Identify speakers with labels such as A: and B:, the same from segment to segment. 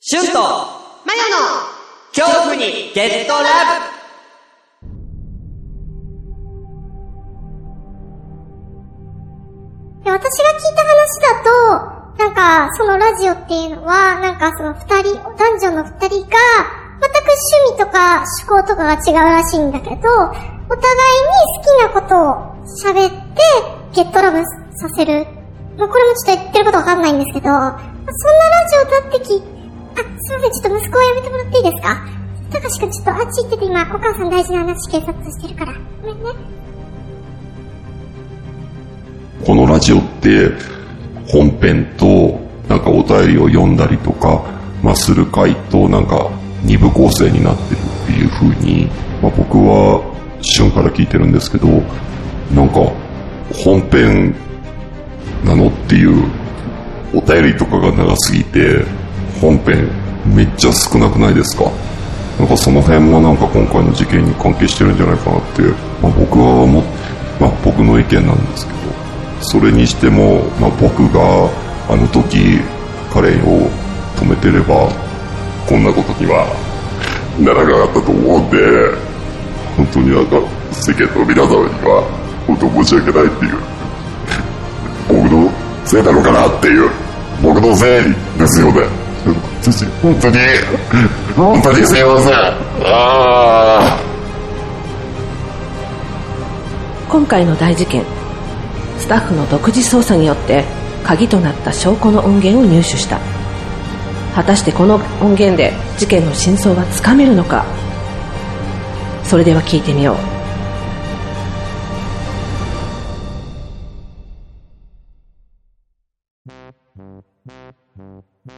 A: シュンと
B: マヨの
A: 恐怖にゲットラブ
C: で私が聞いた話だと、なんか、そのラジオっていうのは、なんかその二人、男女の二人が、全く趣味とか趣向とかが違うらしいんだけど、お互いに好きなことを喋って、ゲットラブさせる。もうこれもちょっと言ってることわかんないんですけど、そんなラジオだってき、あ、すいません、ちょっと息子をやめてもらっていいですかたかしくんちょっとあっち行ってて今、お母さん大事な話警察してるから。ごめんね。
D: このラジオって本編となんかお便りを読んだりとか、まあ、する回となんか二部構成になってるっていう風に、まあ、僕は旬から聞いてるんですけど、なんか本編なのっていうお便りとかが長すぎて本編めっちゃ少なくないですかなんかその辺もなんか今回の事件に関係してるんじゃないかなって、まあ、僕は思っまあ、僕の意見なんですけどそれにしても、まあ、僕があの時彼を止めてればこんなことにはならなかったと思うんで本当になんか世間の皆様には本当申し訳ないっていう僕のせいなのかなっていう僕のせいですよね 本当に本当にすいませんああ
E: 今回の大事件スタッフの独自捜査によって鍵となった証拠の音源を入手した果たしてこの音源で事件の真相はつかめるのかそれでは聞いてみよう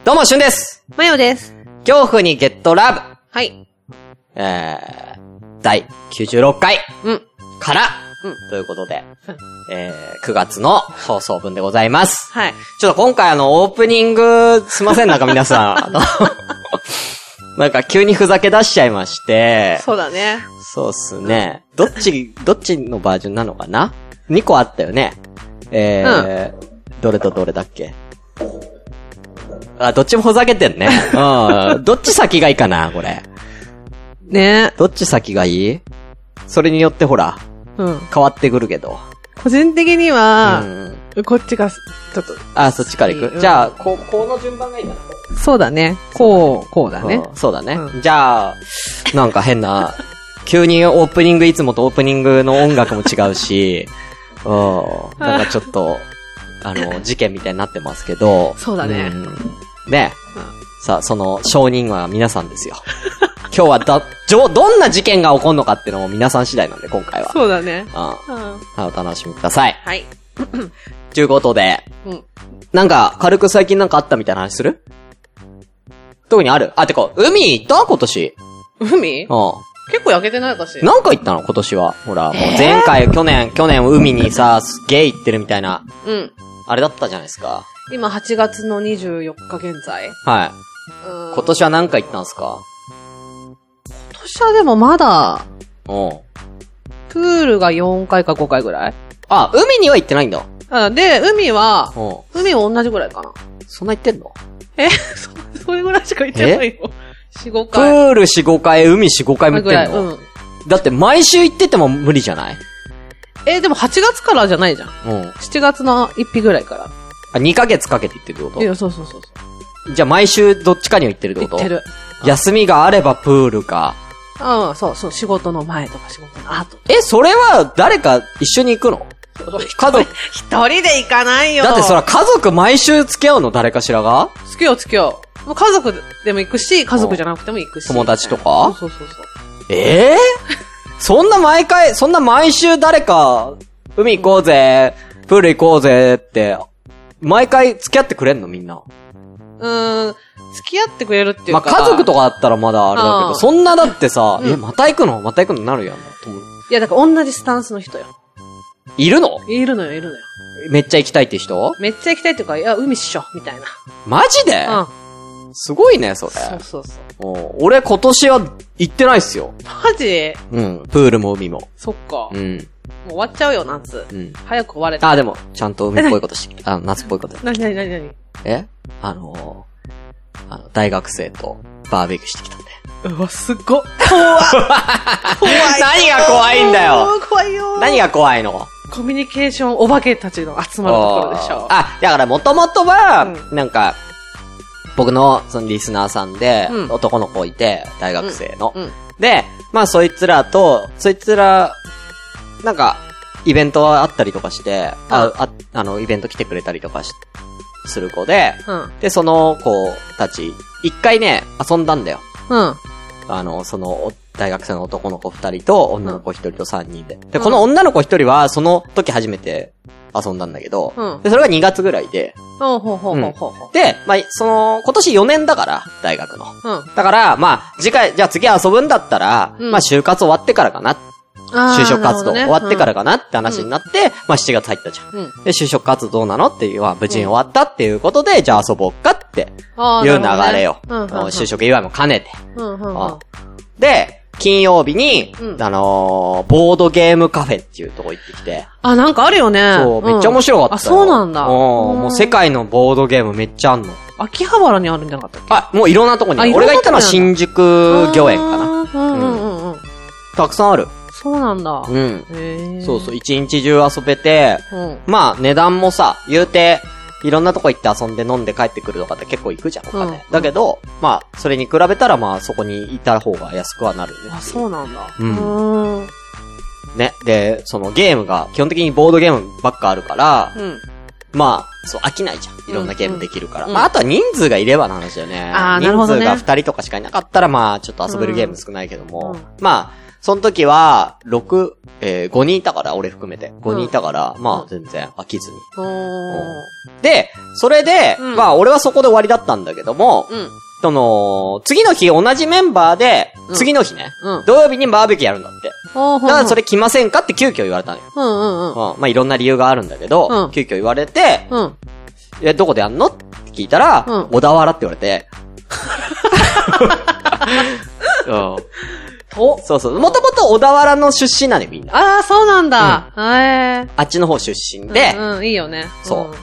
A: どうも、シュンです
B: マヨです。
A: 恐怖にゲットラ
B: はい。
A: ブえー、第96回
B: うん。
A: から、
B: うん
A: ということで、えー、9月の放送分でございます。
B: はい。
A: ちょっと今回あの、オープニング、すいません、なんか皆さん、あ の、なんか急にふざけ出しちゃいまして、
B: そうだね。
A: そうっすね。どっち、どっちのバージョンなのかな ?2 個あったよね。えー、どれとどれだっけあ、どっちもふざけてんね。うん。どっち先がいいかな、これ。
B: ね
A: どっち先がいいそれによってほら、
B: うん。
A: 変わってくるけど。
B: 個人的に
A: う
B: は、
A: ん。
B: こっちが、ちょっと、
A: あ、そっちから行
B: う
A: く。
B: ん
A: じゃあ、こ、この順番がいいな。
B: そうだね。こう、こうだね。
A: うんそうだね。
B: う
A: じゃあ、なんか変 な、急にオープニング、いつもとオープニングの音楽も違うし、うん。なんかちょっ と、あの、事件みたいになってますけど。
B: そうだね
A: うんね、さあ、その、証人は皆さんですよ。今日はだ、じょ、どんな事件が起こるのかっていうのも皆さん次第なんで、今回は。
B: そうだね。
A: う
B: うん。
A: ん。お楽しみください。
B: はい。
A: ということで、
B: うん。
A: なんか、軽く最近なんかあったみたいな話する特にあるあ、てか、海行った今年。
B: 海
A: うん。
B: 結構焼けてないかし。
A: なんか行ったの今年は。ほら、もう前回、去年、去年海にさ、すっげえ行ってるみたいな、
B: うん。
A: あれだったじゃないですか。
B: 今8月の24日現在。
A: はい。
B: 今
A: 今年は何か行ったんすか
B: 今年はでもまだ、
A: うん。
B: プールが4回か5回ぐらい。
A: あ、海には行ってないんだ。
B: あで、海は
A: う、ん。
B: 海は同じぐらいかな。
A: そんな行ってんの
B: え、そ、それぐらいしか行っ てないよ。4、5
A: プ
B: 回。
A: ール4、5回、海4、5回も行っ
B: ぐ
A: て
B: ら
A: ん
B: い。
A: の、
B: うん。
A: だって毎週行ってても無理じゃない
B: え、でも8月からじゃないじゃん。
A: うん。あ、
B: 7月の1日ぐらいか
A: 2ヶ月かけて行ってるってこ
B: ら。いや、そうそうそうそ
A: とじゃあ毎週どっちかには行ってるっ
B: う。
A: て
B: 行
A: こと
B: ってる。
A: 休みがあればプールか。
B: あうん、そうそう、仕事の前とか仕事の後。
A: え、それは誰か一緒に行くの家族、
B: 一人で行かないよ
A: だってそら家族毎週付き合うの誰かしらが
B: 付き合う付き合う。もう家族でも行くし、家族じゃなくても行くし。
A: 友達とか
B: そうそうそうそう。
A: ええそんな毎回、そんな毎週誰か、海行こうぜ、プール行こうぜって、毎回付き合ってくれんのみんな。
B: うーん、付き合ってくれるってい
A: ま
B: う
A: あ、
B: か。
A: 家族とかだったらまだあれだけ
B: う
A: ど、
B: ん
A: そんなだってさ、え、また行くのまた行くのなるやん。
B: いや、だから同じスタンスの人よ。
A: いるの
B: いるのよ、いるのよ。
A: めっちゃ行きたいって人
B: めっちゃ行きたいっていうか、いや、海っしょ、みたいな。
A: マジで
B: うん。
A: すごいね、それ。
B: そうそうそう。
A: お俺今年は行ってないっすよ。
B: マジ
A: うん。プールも海も。
B: そっか。
A: う
B: も
A: ん。
B: う終わっちゃうよ、夏。
A: うん。
B: 早く終われた。
A: あ、でも、ちゃんと海っぽいことしてきた。あ、夏っぽいこと。
B: なになになになに
A: えあのー、あの、大学生とバーベキューしてきたんで。
B: うわ、すっごっ。
A: 怖い 何が怖いんだよ
B: おー怖いよー
A: 何が怖いの
B: コミュニケーションお化けたちの集まるところでしょ。
A: あ、だからもともとは、
B: う
A: なんか、僕のそのリスナーさんで、
B: うん
A: 男の子いて、大学生の、
B: うんうん
A: で、まあそいつらと、そいつら、なんか、イベントあったりとかして、あ、あ、あの、イベント来てくれたりとかし、する子で、
B: うん。
A: で、その子たち、一回ね、遊んだんだよ。
B: うん。
A: あの、その、お大学生の男の子二人と、女の子一人と三人で。で、この女の子一人は、その時初めて遊んだんだけど、
B: うん
A: で、それが2月ぐらいで、
B: ほうほうほうほうほうほ
A: で、まあ、その、今年4年だから、大学の。
B: う。うん。
A: だから、まあ、次回、じゃあ次遊ぶんだったら、
B: うん
A: まあ、就活終わってからかな。
B: あー
A: 就職活動
B: な
A: 終
B: る
A: わ
B: ほど
A: って
B: ね
A: からかなって話になって、まあ、7月入ったじゃん。
B: うん。
A: で、就職活動どうなのっていう、まあ、無事に終わったっていうことで、じゃあ遊ぼうかって
B: あー
A: いう
B: なるほどね
A: 流れよ。
B: うんうんうん
A: もう就職祝いも兼ねて。
B: うんうんうん。
A: で、金曜日に、
B: うん
A: あのーボードゲームカフェっていうとこ行ってきて、
B: あ、なんかあるよね。
A: そう、めっちゃ面白かったよ、
B: あ、そうなんだ。
A: うんもう世界のボードゲームめっちゃあんの。
B: 秋葉原にあるんじゃなかったっけ
A: あ、もういろんなとこに。
B: あいろん
A: 俺
B: なとこに
A: が行ったのは新宿御苑かな。
B: な。うんうんうんうん。
A: たくさんある。
B: そうなんだ。
A: うん。
B: へえ。
A: そうそう、一日中遊べて、
B: うん。
A: まあ値段もさ、言うて、いろんなとこ行って遊んで飲んで帰ってくるとかって結構行くじゃん、お金。
B: うん
A: だけど、まあ、それに比べたらまあそこにいた方が安くはなるね。
B: あ、そうなんだ。
A: うん
B: ん。うん。
A: ね。で、そのゲームが、基本的にボードゲームばっかあるから、まあ、そう、飽きないじゃん。いろんなゲームできるから。
B: うんうん
A: まあ、あとは人数がいればの話だよね。
B: あーなるほどね
A: 人数が2人とかしかいなかったら、まあ、ちょっと遊べるゲーム少ないけども。
B: うん
A: まあ、その時は、6、えー、5人いたから、俺含めて。5人いたから、まあ、全然飽きずに。
B: おー。
A: で、それで、
B: うん
A: まあ、俺はそこで終わりだったんだけども、
B: うん。
A: その、次の日同じメンバーで、
B: うん
A: 次の日ね、
B: うん
A: 土曜日にバーベキューやるんだって。
B: おー
A: だからそ。れ来ませんかって急遽言われたのよ。
B: うんうんうん。
A: うん、まあいろんな理由があるんだけど、
B: うん
A: 急遽言われて、
B: うん。
A: え、どこでやんのって聞いたら、
B: うん
A: 小田原って言われ て。うん、
B: と。
A: そうそう。もともと小田原の出身なのよ、みんな。
B: ああ、そうなんだ。へ
A: あっちの方出身
B: え。
A: で、うん
B: うん、いいよね。
A: そう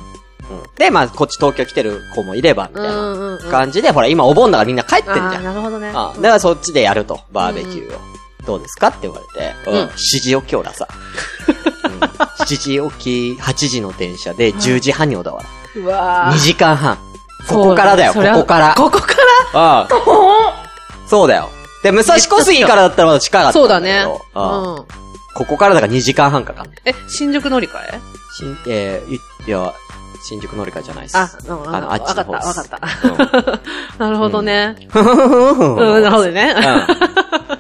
A: で、まあ、こっち東京来てる子もいれば、みた
B: うん。
A: いうなん
B: うんうん。
A: 感じで、ほら、今お盆だからみんな帰ってんじ
B: あ
A: ゃ
B: ー
A: ん。
B: なるほどね。
A: あだからそっちでやると、バーベキューを。どうですかって言われて、うん、
B: うん
A: 7時起き俺らさ。うん、7時起き、8時の電車で10時半に小田原。
B: うわ
A: 2
B: ー
A: 時間半。ここからだよ、
B: そ
A: こ
B: うね
A: こから。
B: ここから
A: ああ。そうだよ。で、武蔵小杉からだったらまだ近かったんけど。
B: そうだね。う
A: ああ
B: ん。
A: ここからだから2時間半かかんない。
B: え、新宿乗り換え
A: 新、えー、いいや、新宿乗り換えじゃないっす。
B: あ、うん、
A: あの、あっちの方
B: わかった、わ
A: っ
B: かった。 なるほどね。
A: た。
B: うん、なるほどね。
A: うん。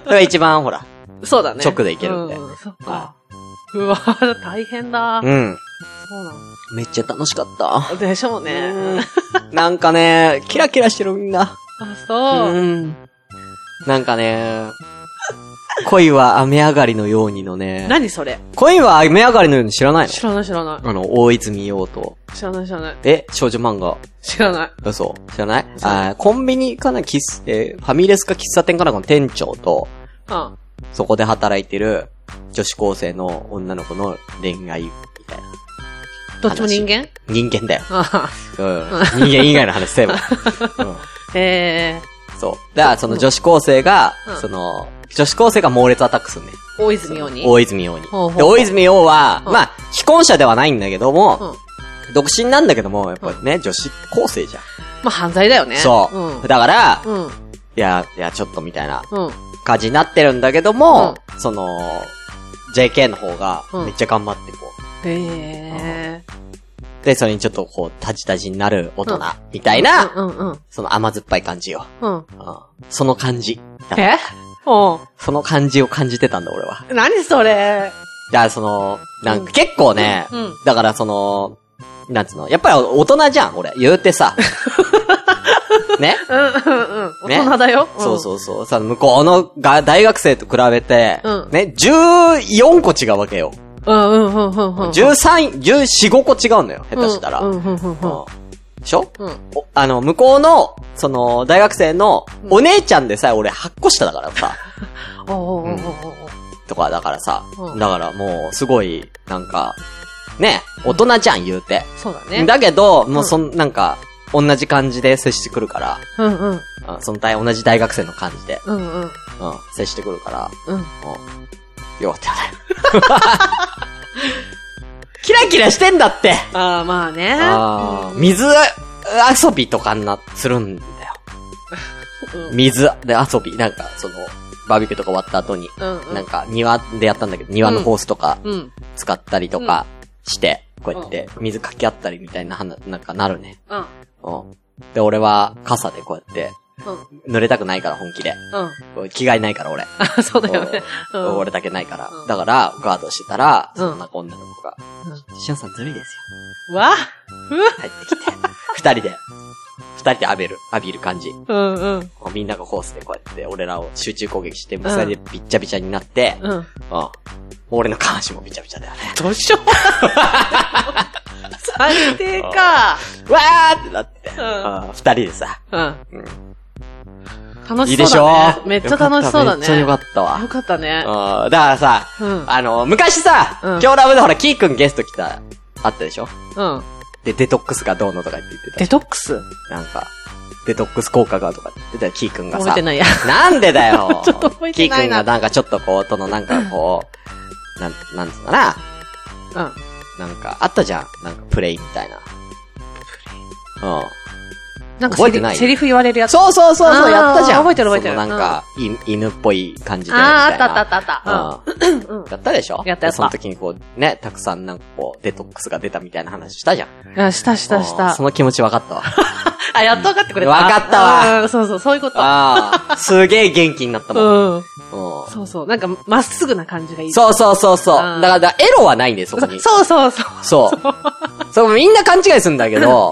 A: それが一番、ほら。
B: そうだね。
A: 直で行けるんで
B: うそっか。うわ大変だ。
A: うん。
B: そうなん
A: めっちゃ楽しかった。
B: だ。でしょう
A: う
B: ね
A: ん。なんかね、キラキラしてるみんな。
B: あ、そう。
A: ん。なんかね、恋は雨上がりのようにのね。
B: 何それ
A: 恋は雨上がりのように知らないの
B: 知らない知らな
A: あの、大泉洋と。
B: い。知らない知らない。
A: え、少女漫画。
B: 知らない。
A: 嘘知らないあーコンビニかな、喫茶、えーファミレスか喫茶店かなんかの店長と、
B: うん。
A: そこで働いてる女子高生の女の子の恋愛みたいな。
B: どっちも人間
A: 人間だよ。
B: あ
A: うん。人間以外の話せば。うん。
B: え
A: そう。だから、その女子高生が、
B: うん
A: その、女子高生が猛烈アタックするね。
B: ー、大泉洋に。
A: 大泉洋に。
B: ほうほう
A: で、大泉洋は、
B: うん
A: まあ、既婚者ではないんだけども、独身なんだけども、やっぱりね、女子高生じゃん。
B: まあ犯罪だよね。
A: そう、だから、
B: うん。うん。
A: いや、いや、ちょっとみたいな
B: うん。
A: 感じになってるんだけども、その、JK の方が、
B: うん
A: めっちゃ頑張ってこ
B: えー。
A: う。で、それにちょっとこう、タジタジになる大人
B: うん、
A: みたいな、
B: うんうん
A: その甘酸っぱい感じよ。
B: うん。うん。
A: うんその感じ。
B: えう
A: その感じを感じてたんだ、俺は。
B: ん。何それ
A: だから、その、なんか結構ね、
B: うん。
A: だからその、なんつうの、やっぱり大人じゃん、俺。言うて さ。ね
B: うんうんうん。
A: ね
B: 大人だよ。
A: そう
B: うん。
A: そうそう。さ、向こうのが大学生と比べて、
B: うん
A: ね、14個違うわけよ。
B: うんうんうんうんうん。
A: 13、14、5個違うんだよ、下手したら。
B: うんうんうんうんうん。
A: うんでしょ、
B: うん。
A: おあの、向こうの、その、大学生の、お姉ちゃんでさえ俺8個下だから さ、
B: おおおおお
A: とかだからさ、
B: うん
A: だからもう、すごい、なんか、ね、大人じゃん、言うて。
B: そうだね。
A: だけど、もうそん、なんか、同じ感じで接してくるから、
B: うんうん。
A: うん、その大、同じ大学生の感じで、
B: うんうん。
A: うん、接してくるから、
B: うん。
A: うん、よかったよね。 キラキラしてんだって
B: ああ、まあね。
A: あー
B: うん
A: 水遊びとかな、するんだよ。
B: うん
A: 水で遊び、なんか、その、バーベキューとか終わった後に、
B: うんうん
A: なんか、庭でやったんだけど、庭のホースとか
B: うん。
A: 使ったりとかして、こうやって、水かけ合ったりみたいな、はななんかなるね。
B: うん。
A: うん。で、俺は、傘でこうやって、
B: うん。
A: 濡れたくないから、本気で。
B: うん。
A: こう着替えないから、俺。
B: あ、 そうだよね。うん。
A: 俺だけないから
B: う。ん
A: だから、ガードしてたら、
B: うん
A: そんな女の子が
B: う、
A: しゅんさんずるいですよ。
B: わ
A: 入ってきて、 二人で、二人で浴びる、浴びる感じ。
B: うんうん。
A: みんながコースでこうやって、俺らを集中攻撃して、二人でびっちゃびちゃになって、うん。
B: うん。
A: 俺の下半身もびちゃびちゃだよね。
B: どうしようもない。最低か。
A: わーってなって、
B: うん
A: あー二人でさ、
B: うん。
A: うん
B: 楽
A: いい
B: し
A: でし
B: そうだ
A: ょ
B: ね。めっちゃ楽しそうだ
A: よかった
B: ね。
A: めっちゃよかった
B: よ
A: わ。
B: かったね。
A: あーだからさ、
B: うん。
A: あの、昔さ、
B: うん
A: 今日ラブでほら、キーくんゲスト来た、あったでしょ
B: うん。
A: で、デトックスがどうのとか言って言ってた
B: デ
A: でし
B: トックス
A: ょ。なんか、デトックス効果がとかって言ってたよ、キーくんが
B: 覚え
A: さ
B: て。ないや。
A: なんでだよ
B: ちょっと覚えてない
A: キ
B: な
A: ーくんがなんかちょっとこう、とのなんかこう、なん、なんつうのかな
B: うん。
A: なんか、あったじゃん。なんか、プレイみたいな。うん。
B: なんか
A: 覚え
B: セ
A: て
B: リ
A: ない
B: セリフ言われるやつ。
A: そうそうそうそう、
B: あー
A: やったじゃん。
B: 覚えてる覚えて
A: そ
B: る
A: のなんか、い犬っぽい感じで。
B: ああ、あ
A: み
B: っ
A: た
B: た
A: い
B: あ
A: な
B: ったあったあっ
A: うんやったでしょ
B: やった
A: で
B: やった
A: その時にこう、ね、たくさんなんかこう、デトックスが出たみたいな話したじゃん。
B: た。うん。したしたし
A: うん
B: た
A: そ。の気持ち分かったわ。
B: あ、やっと分かってくれた。
A: 分かったわ
B: うん。そうそう、そういうこと。
A: ああ、すげえ元気になったもん。うん。
B: うん。
A: そ
B: そうそう。なんか、まっすぐな感じがいい。
A: うそうそうそう。だ
B: うん
A: から、だからエロはないんだよ、そこに。
B: そうそうそう。
A: そう。そう、みんな勘違いするんだけど、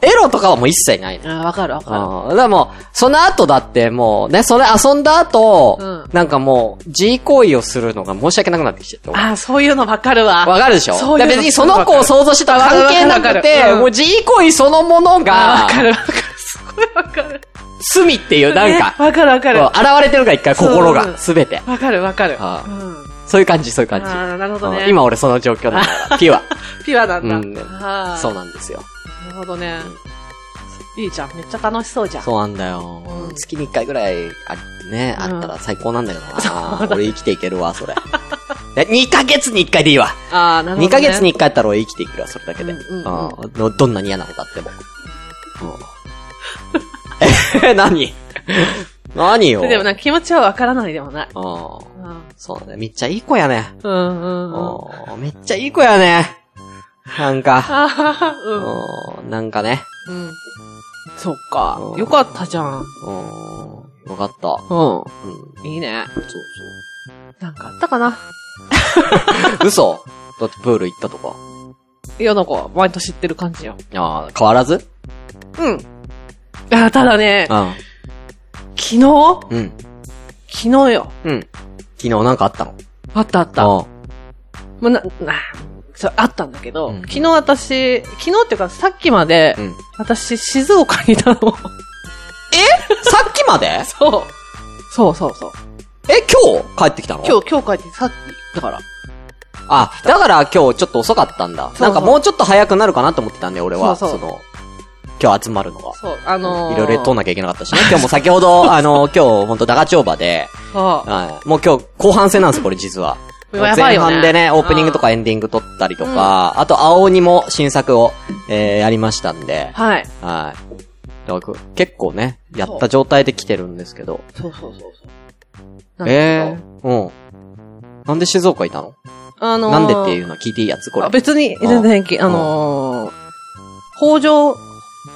A: うんエロとかはもう一切ないの。
B: あ、わかるわかる。
A: うん。でも、その後だってもうね、それ遊んだ後、
B: うん
A: なんかもう、G 行為をするのが申し訳なくなってきちゃって。
B: あ、そういうのわかるわ。
A: わかるでしょ
B: そういう
A: だ
B: の
A: から別にその子を想像してたら関係な
B: わか
A: く
B: るわか
A: て、
B: るうん
A: もう G 行為そのもの
B: あ
A: が
B: わ、かるわ かる。すごいわかる。
A: 罪っていうなん
B: ね
A: か、
B: わかるわかる
A: うん。現れてるから一回心
B: そう
A: が、すべて。
B: わかるわかる。
A: あ
B: うん。
A: そういう感じ、そういう感じ。
B: あーなるほどね
A: うん今俺その状況なんだから、ピュア。
B: ピュアな
A: うんん
B: だ。は
A: そう
B: い。
A: なんですよ。
B: なるほどね。いいじゃん。めっちゃ楽しそうじゃん。
A: そうなんだよ。
B: うん
A: 月に一回ぐらい、あ、ね、
B: うん
A: あったら最高なんだけ どな。俺生きていけるわ、それ。え二ヶ月に一回でいいわ。
B: ああ、なる
A: 二
B: ほど。
A: ヶ月に。一回やったら俺生きていけるわ、それだけで。
B: うんうんうん
A: あどどんなに嫌なことあっても。うんえ、 何何よ。
B: でもなんか気持ちはわからないでもない。
A: うん
B: うん。
A: そうね。めっちゃいい子やね。
B: うんうんうん。
A: うんめっちゃいい子やね。なんか。
B: あははうん。
A: うんなんかね。
B: うん。そっか
A: う。ん
B: よかったじゃん。
A: うんよかった。
B: う
A: うん
B: ん。いいね。
A: そうそ
B: なんかあったかな
A: う。嘘だってプール行ったとか。
B: いや、なんか、毎年行ってる感じよ。
A: ああ、変わらず
B: うん。あーただね、
A: う
B: 昨日
A: ん。うん。
B: 昨日よ。
A: うん。昨日なんかあったの
B: あったあった。
A: あ
B: まあ、な、な、そう、あったんだけど、
A: うん
B: 昨日私、昨日っていうかさっきまで、
A: うん
B: 私、静岡に いたの。
A: さっきまで
B: そう。そうそうそう。
A: え、今日帰ってきたの
B: 今日、今日帰って、さっき、だから。
A: あ、だから今日ちょっと遅かったんだ。
B: うそ
A: な
B: う
A: んかもうちょっと早くなるかなと思ってたんで、俺は。
B: そうそう
A: の、今日集まるのが。
B: そう、あのー、
A: いろいろ通んなきゃいけなかったしね。 今日も先ほど、あの、今日ほんとダガチョーバで、
B: そう
A: はい。もう今日後半戦なんです、これ実は。
B: うわやば
A: 前
B: いよね
A: 半でね、オープニングとかエンディング撮ったりとか、あと、青鬼も新作を、えー、やりましたんで、
B: はい。
A: はい。だから結構ね、やった状態で来てるんですけど。
B: そうそうそうそう。
A: え
B: え。
A: えー、うん。なんで静岡いたの、
B: あのー、
A: なんでっていうの聞いていいやつこれ。
B: あ別に、
A: うん
B: 全然平気、あのー、北条、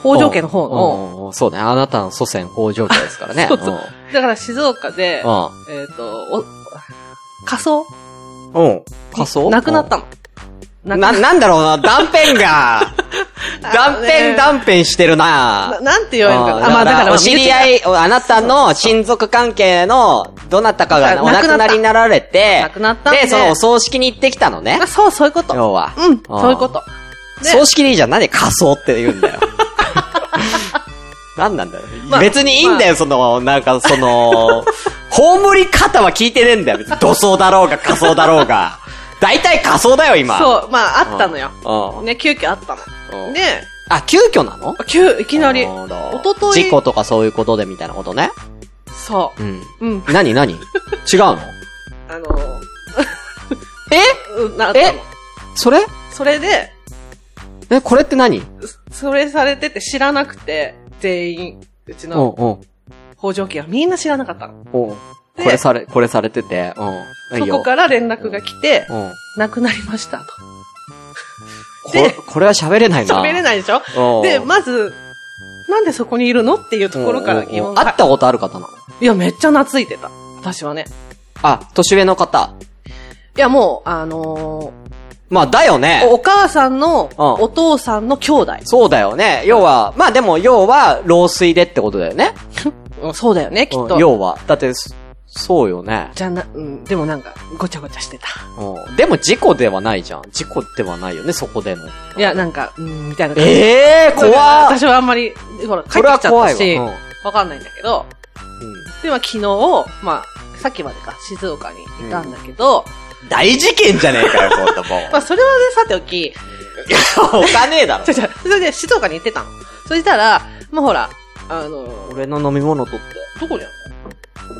B: 北条家の方の、
A: うんうんうんそうね。あなたの祖先北条家ですからね。
B: そうそうだから静岡で、
A: う
B: えっ、と、お、仮装
A: ん。うん。仮装
B: なくなったの。
A: う
B: なんく
A: な、
B: な
A: なんだろうな、断片 が、断片断片してるな
B: ななんて言われるか
A: うん
B: な。あ、まあだから、
A: お知り合
B: い。
A: い、おあなたの親族関係の、どなたかがお
B: 亡くなっ
A: 亡
B: た
A: くなりになられて、
B: 亡くなったんで
A: そのお葬式に行ってきたのね
B: あ。そう、そういうこと。
A: 要は。
B: うん、そういうこと。で
A: 葬式でいいじゃん。なんで仮装って言うん だよ。なんなんだよ。
B: まあ
A: 別にいいんだよ、その、なんか、その、葬り方は聞いてねえんだよ。別に土葬だろうが仮装だろうが。大体仮装だよ、今。う。
B: そう、まああったのよ。
A: うん。
B: ね、急遽あったの。で、
A: あ、急遽なの
B: 急、いきなり。
A: なるほ
B: お
A: ど
B: ととい
A: 事故とかそういうことでみたいなことね。
B: そ
A: うん。
B: う。うん。
A: なになに違うの
B: あのー、
A: え
B: うん、なったの
A: えそれ
B: それで、
A: え、これって何
B: それされてて知らなくて、全員、うち
A: うん
B: の
A: うん。
B: 北条家はみんな知らなかったの。
A: おうこ
B: で
A: れされ、これされてて、うん。
B: そこ
A: ら。
B: から連絡が来て、
A: うん。
B: 亡くなりましたと。で
A: こ、これは喋れないな。
B: 喋れないでしょ
A: うん。
B: で、まず、なんでそこにいるのっていうところから疑
A: うんうんうん
B: 問
A: 会
B: が
A: っ。たことある方なの
B: いや、めっちゃ懐いてた。私はね。
A: あ、年上の方。
B: いや、もう、あの
A: まあ、だよ
B: ー、
A: ね。
B: お母さんの、
A: うん
B: お父さんの兄弟。
A: そうだよね。要は、まあでも、要は、老衰でってことだよね。
B: うんそうだよね、きっ
A: うん
B: と。
A: 要は。だって、そそうよね。
B: じゃな、うん、でもなんか、ごちゃごちゃしてた。
A: うん。でも、事故ではないじゃん。事故ではないよね、そこでの。
B: いや、なんか、うん、みたいな感じ。
A: ええー、
B: そうだから
A: 怖っ
B: 私はあんまり、ほら、帰っ
A: こ
B: てきち
A: れ
B: ゃっ
A: は怖
B: た
A: い
B: し、
A: わ。
B: わ、かんないんだけど、
A: うんうん
B: で、まあ昨日、まあ、さっきまでか、静岡にいたんだけど、
A: 大事件じゃねえかよ、ほんと も
B: まあそれはね、さておき、
A: う。おかねえだろ
B: じゃ。じゃそれで静岡に行ってたの。そしたら、まあほら、あの、
A: 俺の飲み物取って。
B: どこに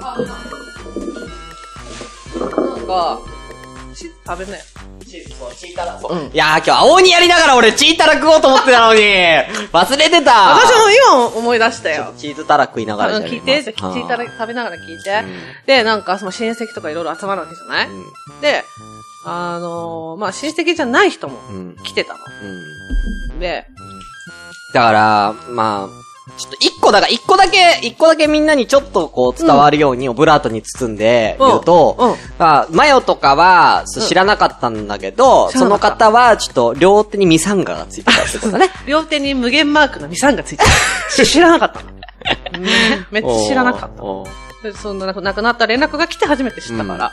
B: あるのなんか、チーズ食べなよ。うん
A: いやー、今日、青にやりながら俺、チータラ食おうと思ってたのに忘れてた
B: 私も今思い出した
A: ちょっ
B: よ
A: と。チーズタラ食いながら
B: うん
A: じゃ
B: 聞いて、じゃあ聞いたら
A: い
B: 食べながら聞いて。で、なんか、その親戚とかいろいろ集まるわけじゃない、
A: うん。
B: で、あのーまあ、親戚じゃない人も
A: うん。
B: 来てた
A: うん。
B: の。で、
A: だから、まあ、ちょっと一個だから、一個だけ、一個だけみんなにちょっとこう伝わるようにオブラートに包んで
B: うん
A: 言うと、
B: うん
A: まあ、マヨとかはそう
B: うん
A: 知らなかったんだけど、そ
B: 知らな
A: の
B: かった
A: 方はちょっと両手にミサンガがついてたってことだね。
B: 両手に無限マークのミサンがついてる。知らなかったの。 うんめっちゃ知らなかった
A: おー。
B: で。そんな亡くなった連絡が来て初めて知ったから。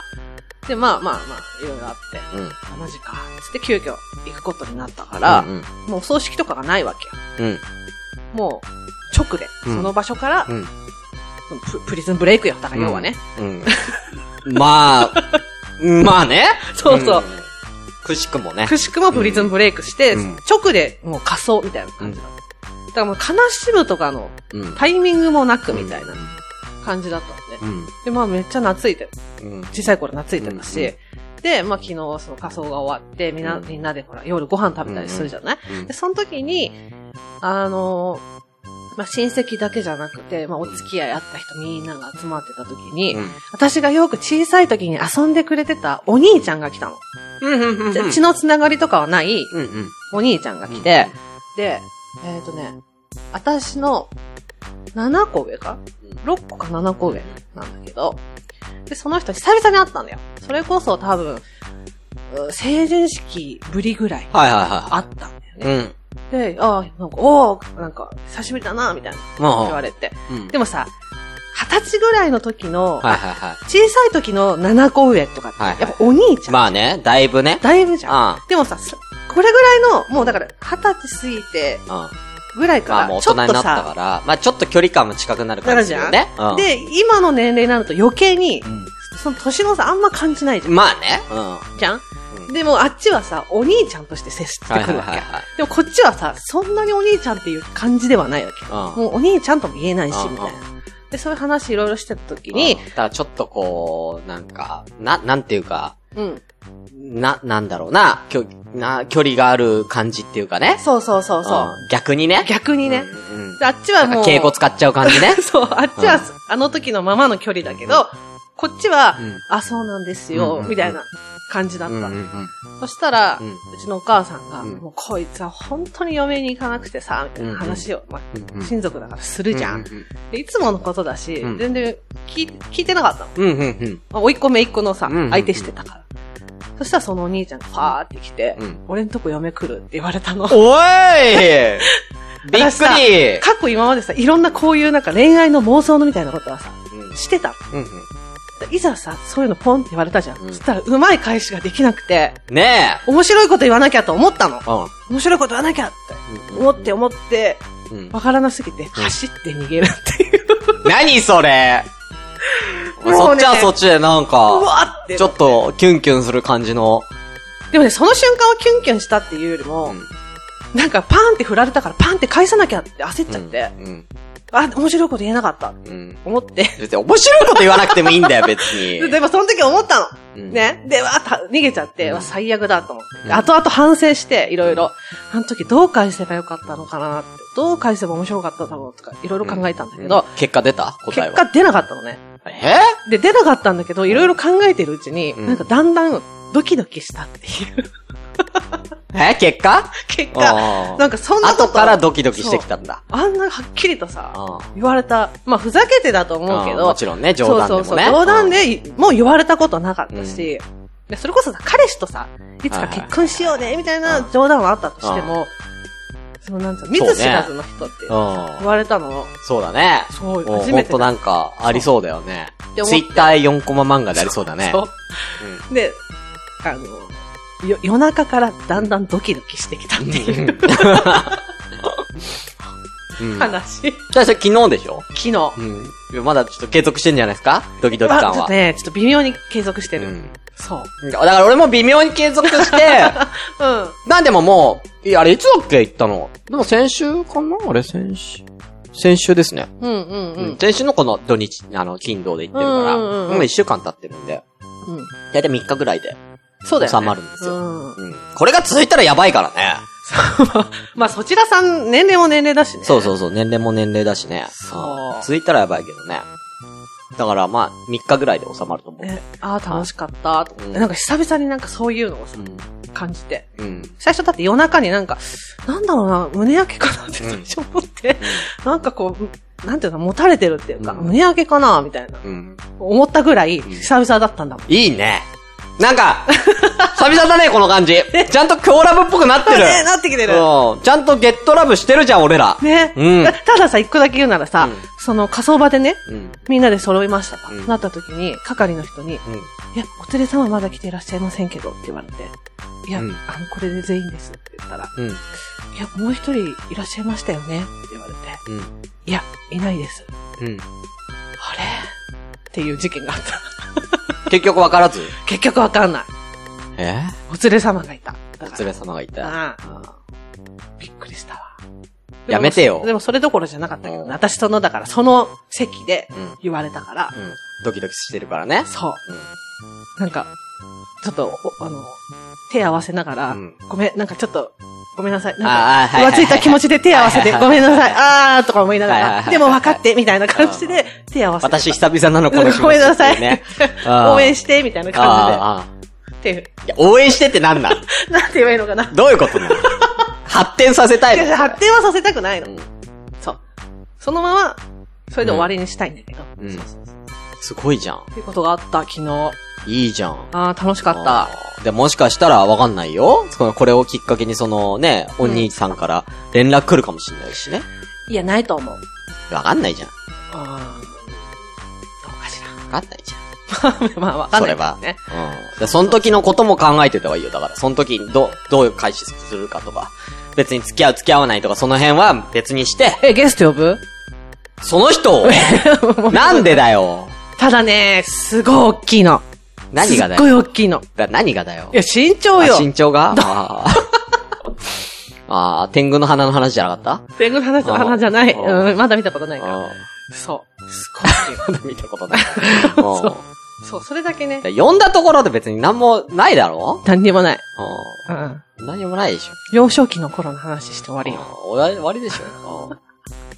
B: で、まあまあまあ、いろいろあって、
A: うん。
B: あマジか。つって急遽行くことになったから、
A: うん
B: もうお葬式とかがないわけよ。
A: うん。
B: もう、直で、
A: うん
B: その場所から、
A: うん
B: そのププリズンブレイクよ。だから要はね。
A: うん。うん。まあ、まあね。。
B: そうそうん
A: くしくもね。
B: くしくもプリズンブレイクして、
A: うん
B: 直でもう仮装みたいな感じだった。だからもう悲しむとかの
A: うん。
B: タイミングもなくみたいな感じだったん
A: う
B: で。
A: ん。
B: で、まあめっちゃ懐いてる。
A: うん。
B: 小さい頃懐いてたし。
A: うん
B: で、まあ昨日その仮装が終わって、みんな、
A: うん
B: みんなでほら夜ご飯食べたりするじゃない、
A: うん
B: で、その時に、あのーまあ親戚だけじゃなくて、まあお付き合いあった人みんなが集まってた時に、
A: うん
B: 私がよく小さい時に遊んでくれてたお兄ちゃんが来たの。
A: うんうんうん
B: じゃ血のつながりとかはない
A: うんうん。
B: お兄ちゃんが来て、で、えっ、とね、私の7個上か
A: うん
B: ?6 個か7個上なんだけど、で、その人久々に会ったんだよ。それこそ多分、うん成人式ぶりぐらい
A: はいはいは
B: あったんだ
A: い。
B: よ
A: う
B: ね。
A: ん。
B: で、ああ、なんか、おーなんか、久しぶりだな、みたいな
A: まあ
B: 言われて。
A: うん
B: でもさ、二十歳ぐらいの時
A: は
B: の、
A: いはいは
B: 小さい時の7個上とかって、
A: はいはい
B: やっぱお兄ち
A: い。
B: ゃん、
A: まあね、だいぶね。
B: だいぶじゃん。
A: あ
B: でもさ、そこれぐらいの、もうだから、二十歳過ぎて
A: あ、うん。
B: ぐらい
A: ま
B: か
A: あもう
B: ら、
A: 大
B: ちょ
A: 人
B: っ
A: に
B: と
A: なったか、
B: さ
A: ら、まあちょっと距離感も近くなる
B: な
A: 感
B: る
A: じ
B: じ
A: だ
B: ゃ
A: よ
B: ん、
A: ね。うん、
B: で、今の年齢になると余計に
A: う、ん
B: その年の差あんま感じないじゃん。
A: まあね。う
B: じゃん、
A: うん
B: でもあっちはさ、お兄ちゃんとして接してくるわけ。
A: はいはいはいはい
B: でもこっちはさ、そんなにお兄ちゃんっていう感じではないわけ。
A: うん
B: もうお兄ちゃんとも言えないし、
A: うん
B: みたいな。で、そういう話いろいろしてた時
A: ん。
B: に
A: うん、だからちょっとこう、なんか、な、なんていうか、
B: うん。
A: な、なんだろうな、きょ、な、距離がある感じっていうかね。
B: そうそうそうそう。
A: ん逆にね。
B: 逆にね。
A: うんうん。
B: であっちは
A: なん
B: も
A: か
B: う。。
A: 敬語使っちゃう感じね
B: そう、あっちはあの時のままの距離だけど、こっちは
A: うん、
B: あ、そうなんです
A: うんうん
B: よ
A: う、ん
B: みたいな感じだっ
A: うんうんう
B: た。
A: ん。
B: そしたら
A: うん、
B: うちのお母さんが、
A: うん
B: もうこいつは本当に嫁に行かなくてさ、みたいな話を、ま
A: うんう
B: あ
A: ん
B: 親族だからするじゃ
A: う。
B: ん
A: ん
B: でいつものことだし
A: う、ん
B: 全然聞い聞いてなかったの。
A: うんうん。
B: まあ、おいっ子めいっ子のさ
A: うんうんう、ん
B: 相手してたから。そしたらそのお兄ちゃんがファーって来て
A: うん、
B: 俺んとこ嫁来るって言われたの。
A: おーいびっ
B: 私さ
A: くり
B: 過去今までさ、いろんなこういうなんか恋愛の妄想のみたいなことはさ、してたの
A: うんうんうん
B: いざさ、そういうのポンって言われたじゃん。
A: うん
B: そしたら、うまい返しができなくて、
A: ねえ
B: 面白いこと言わなきゃと思った
A: う
B: の。
A: ん。
B: 面白いこと言わなきゃって思って思って、
A: うん
B: わからなすぎて、走って逃げるっていう。
A: 何それ
B: も
A: そうっ
B: ね
A: ちはそっちでなん
B: う
A: か、
B: わって。
A: ちょっとキュンキュンする感じの。
B: でもね、その瞬間はキュンキュンしたっていうよりも、
A: うん
B: なんかパンって振られたからパンって返さなきゃって焦っちゃって、
A: うん。
B: あ、面白いこと言えなかったって
A: うん。
B: 思って、
A: 別に面白いこと言わなくてもいいんだよ、別
B: で
A: に。
B: でもその時思ったの。
A: うん
B: ね。で、わーっと逃げちゃって、
A: うん
B: わ最悪だと思っ
A: う
B: て。
A: ん
B: 後々反省して、いろいろ。あの時どう返せばよかったのかなって。どう返せば面白かっただろうとか、いろいろ考えたんだけど、
A: 結果出た答え
B: 結
A: は。
B: 果出なかったのね。
A: え
B: で、出なかったんだけど、いろいろ考えてるうちに、
A: うん
B: なんかだんだんドキドキしたっていう
A: え結果
B: 結果、
A: あ
B: なんかそんなこと。
A: 後からドキドキしてきたんだ。
B: あんなはっきりとさ、
A: あ
B: 言われた。まあ、ふざけてだと思うけ
A: あ
B: ど、
A: もちろんね、冗談でもね。
B: そうそうそう。冗談で、もう言われたことなかったし、でそれこそさ、彼氏とさ、いつか結婚しようね、みたいな冗談はあったとしても、そのなんつうの、見ず知らずの人って
A: う
B: 言
A: ん。
B: われたの、
A: そうだね。
B: そう、
A: もう
B: 初
A: ほ
B: め
A: ん
B: て
A: と
B: だ
A: なんか、ありそうだよね
B: て。思
A: ツ
B: って
A: イッター4コマ漫画でありそうだね。
B: そうで、あの、よ夜中からだんだんドキドキしてきたっていう
A: うん。じゃあ
B: 話、昨
A: それ昨日でしょ
B: 日。ちょ
A: うんいや。まだちょっと継続してんじゃないですかドキドキ感
B: っ
A: は
B: と。ね、ちょっと微妙に継続して
A: う
B: る。
A: ん
B: そう。
A: だから俺も微妙に継続 して、
B: うん。
A: なんでももう、いや、あれいつだっけ行ったのでも先週かなあれ先週。先週ですね。
B: うんうんう
A: うんん。。先週のこの土日、あの、金土で行ってるから、
B: うんうんうん
A: もう一週間経ってるんで、
B: うん
A: だいたい3日ぐらいで
B: そうだよね。
A: 収まるんですよ。
B: うん。
A: うん。これが続いたらやばいからね。
B: まあ、そちらさん、年齢も年齢だしね。
A: そうそうそう、年齢も年齢だしね。
B: そうん
A: 続いたらやばいけどね。だからまあ、3日ぐらいで収まると思う。
B: ね、ああ、楽しかったと思って、
A: うん
B: なんか久々になんかそういうのをさ
A: うん。
B: 感じて。
A: うん。
B: 最初だって夜中になんか、なんだろうな、胸焼けかなって最初思って、 なんかこう、なんていうの、持たれてるっていうか、
A: うん
B: 胸焼けかなみたいな。
A: うん。
B: 思ったぐらい、久々だったんだもん。
A: いいね。なんか、 久々だね、この感 じ。ちゃんと強ラブっぽくなってる。
B: ね なってきてる。
A: うん。ちゃんとゲットラブしてるじゃん、俺ら。
B: ね、
A: うん
B: たたださ、一個だけ言うならさ、
A: うん
B: その仮想場でね、
A: うん。
B: みんなで揃いましたと、
A: うん
B: なった時に、係の人
A: うん。
B: に、いや、お連れ様まだ来ていらっしゃいませんけど、って言われて、いや、
A: うん
B: あの、これで全員ですって言ったら、
A: うん。
B: いや、もう一人いらっしゃいましたよねって言われて。
A: うん。
B: いや、いないです。
A: うん。
B: あれっていう事件があった。
A: 結局分からず。
B: 結局わかんない。
A: え
B: お連れ様がいた。だ
A: お
B: か
A: 連れ様がいた。
B: らうんびっくりしたわ。
A: やめてよ
B: でもでもそれどころじゃなかったけど
A: うん
B: ね。私その、だからその席で
A: うん
B: 言われたから、
A: うん。ドキドキしてるからね。
B: そう
A: うん。
B: なんか、ちょっと、おあの、手合わせながら、
A: うん
B: ごめん、なんかちょっと、ごめんなさい。
A: あー
B: なん
A: は
B: か、
A: いはい
B: 浮
A: はい
B: ついた気持ちで手合わせて、
A: はいはい
B: ごめんなさい、あーとか思いなが
A: はいはいは
B: ら、
A: い
B: でも分かって、みたいな感じで、手合わせ て。
A: 私久々なの、この気持ち
B: ごめんなさ
A: ってね
B: い。
A: あー
B: 応援して、みたいな感
A: あーあ
B: じで。って
A: ー。いや、応援してってなんなん
B: いう、なんて言えばいいのかな。
A: どういうことなの発展させたいの
B: 違う違う発展はさせたくないの
A: うん。
B: そう。そのまま、それで終わりにしたいんだけど。
A: うん
B: そうそうそう。
A: すごいじゃん。
B: っていうことがあった、昨日。
A: いいじゃん。
B: あー楽しかった。
A: た。で、もしかしたらわかんないよ。そのこれをきっかけにそのね、お兄さんから連絡来るかもしれないしね。
B: いや、ないと思う。
A: わかんないじゃん。
B: あーどうかしら。
A: わかんないじゃん。
B: まあ、わかんないけど
A: それ
B: ね。
A: うん。で、その時のことも考えてた方がいいよ。だから、その時にどう、どう開始するかとか、別に付き合う付き合わないとか、その辺は別にして、
B: え、ゲスト呼ぶ
A: その人を、 なんでだよ。
B: ただね、すごい大きいの。
A: 何がだ
B: すっ
A: よ。
B: ごい大きいの。
A: だ何がだよ
B: い。や、身長
A: あ
B: よ。
A: 身長があーあー、天狗の花の話じゃなかっ
B: 天狗の話
A: あー
B: 話じゃない。
A: あー
B: うん、まだ見たことない
A: た
B: から。
A: う
B: そう。すごい大き
A: ん。まだ
B: いの。
A: 見た ことない。
B: そう
A: うん
B: そう、それだけね。
A: で呼んだところで別に何もないだろ
B: 何にもない。
A: う
B: うん。
A: ん。何もないでしょ。
B: 幼少期の頃の話して終わ
A: う
B: り
A: ん
B: よ。
A: 終わり終わりでしょ。うん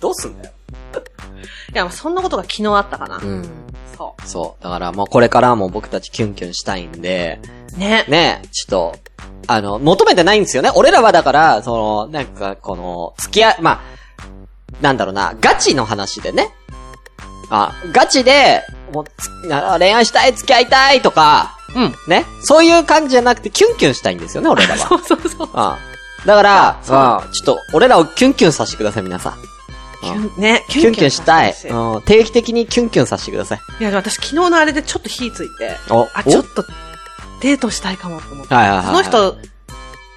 A: どうすんだよ。
B: いや、そんなことが昨日あったかな。
A: うん。
B: そ
A: そう。だからもうこれからも僕たちキュンキュンしたいんで、
B: う。ね。
A: ね、ちょっと、あの、求めてないんですよね。俺らはだから、その、なんか、この、付き合い、まあ、なんだろうな、ガチの話でね。あ、ガチで、もうつあ恋愛したい、付き合いたいとか、
B: うん。
A: ね。そういう感じじゃなくて、キュンキュンしたいんですよね、俺らは。
B: そうそうそ
A: う
B: う。
A: ん。だから、うん。ちょっと、俺らをキュンキュンさせてください、皆さん。
B: キュンね、キ
A: キュンキュンしたい。
B: させてほし
A: うん。定期的にキュンキュンさせてください。
B: いいや、でも私昨日のあれでちょっと火ついて、
A: お
B: あ、ちょっ
A: と。
B: とデートしたいかもって思って。
A: はいはいはい。
B: その、人、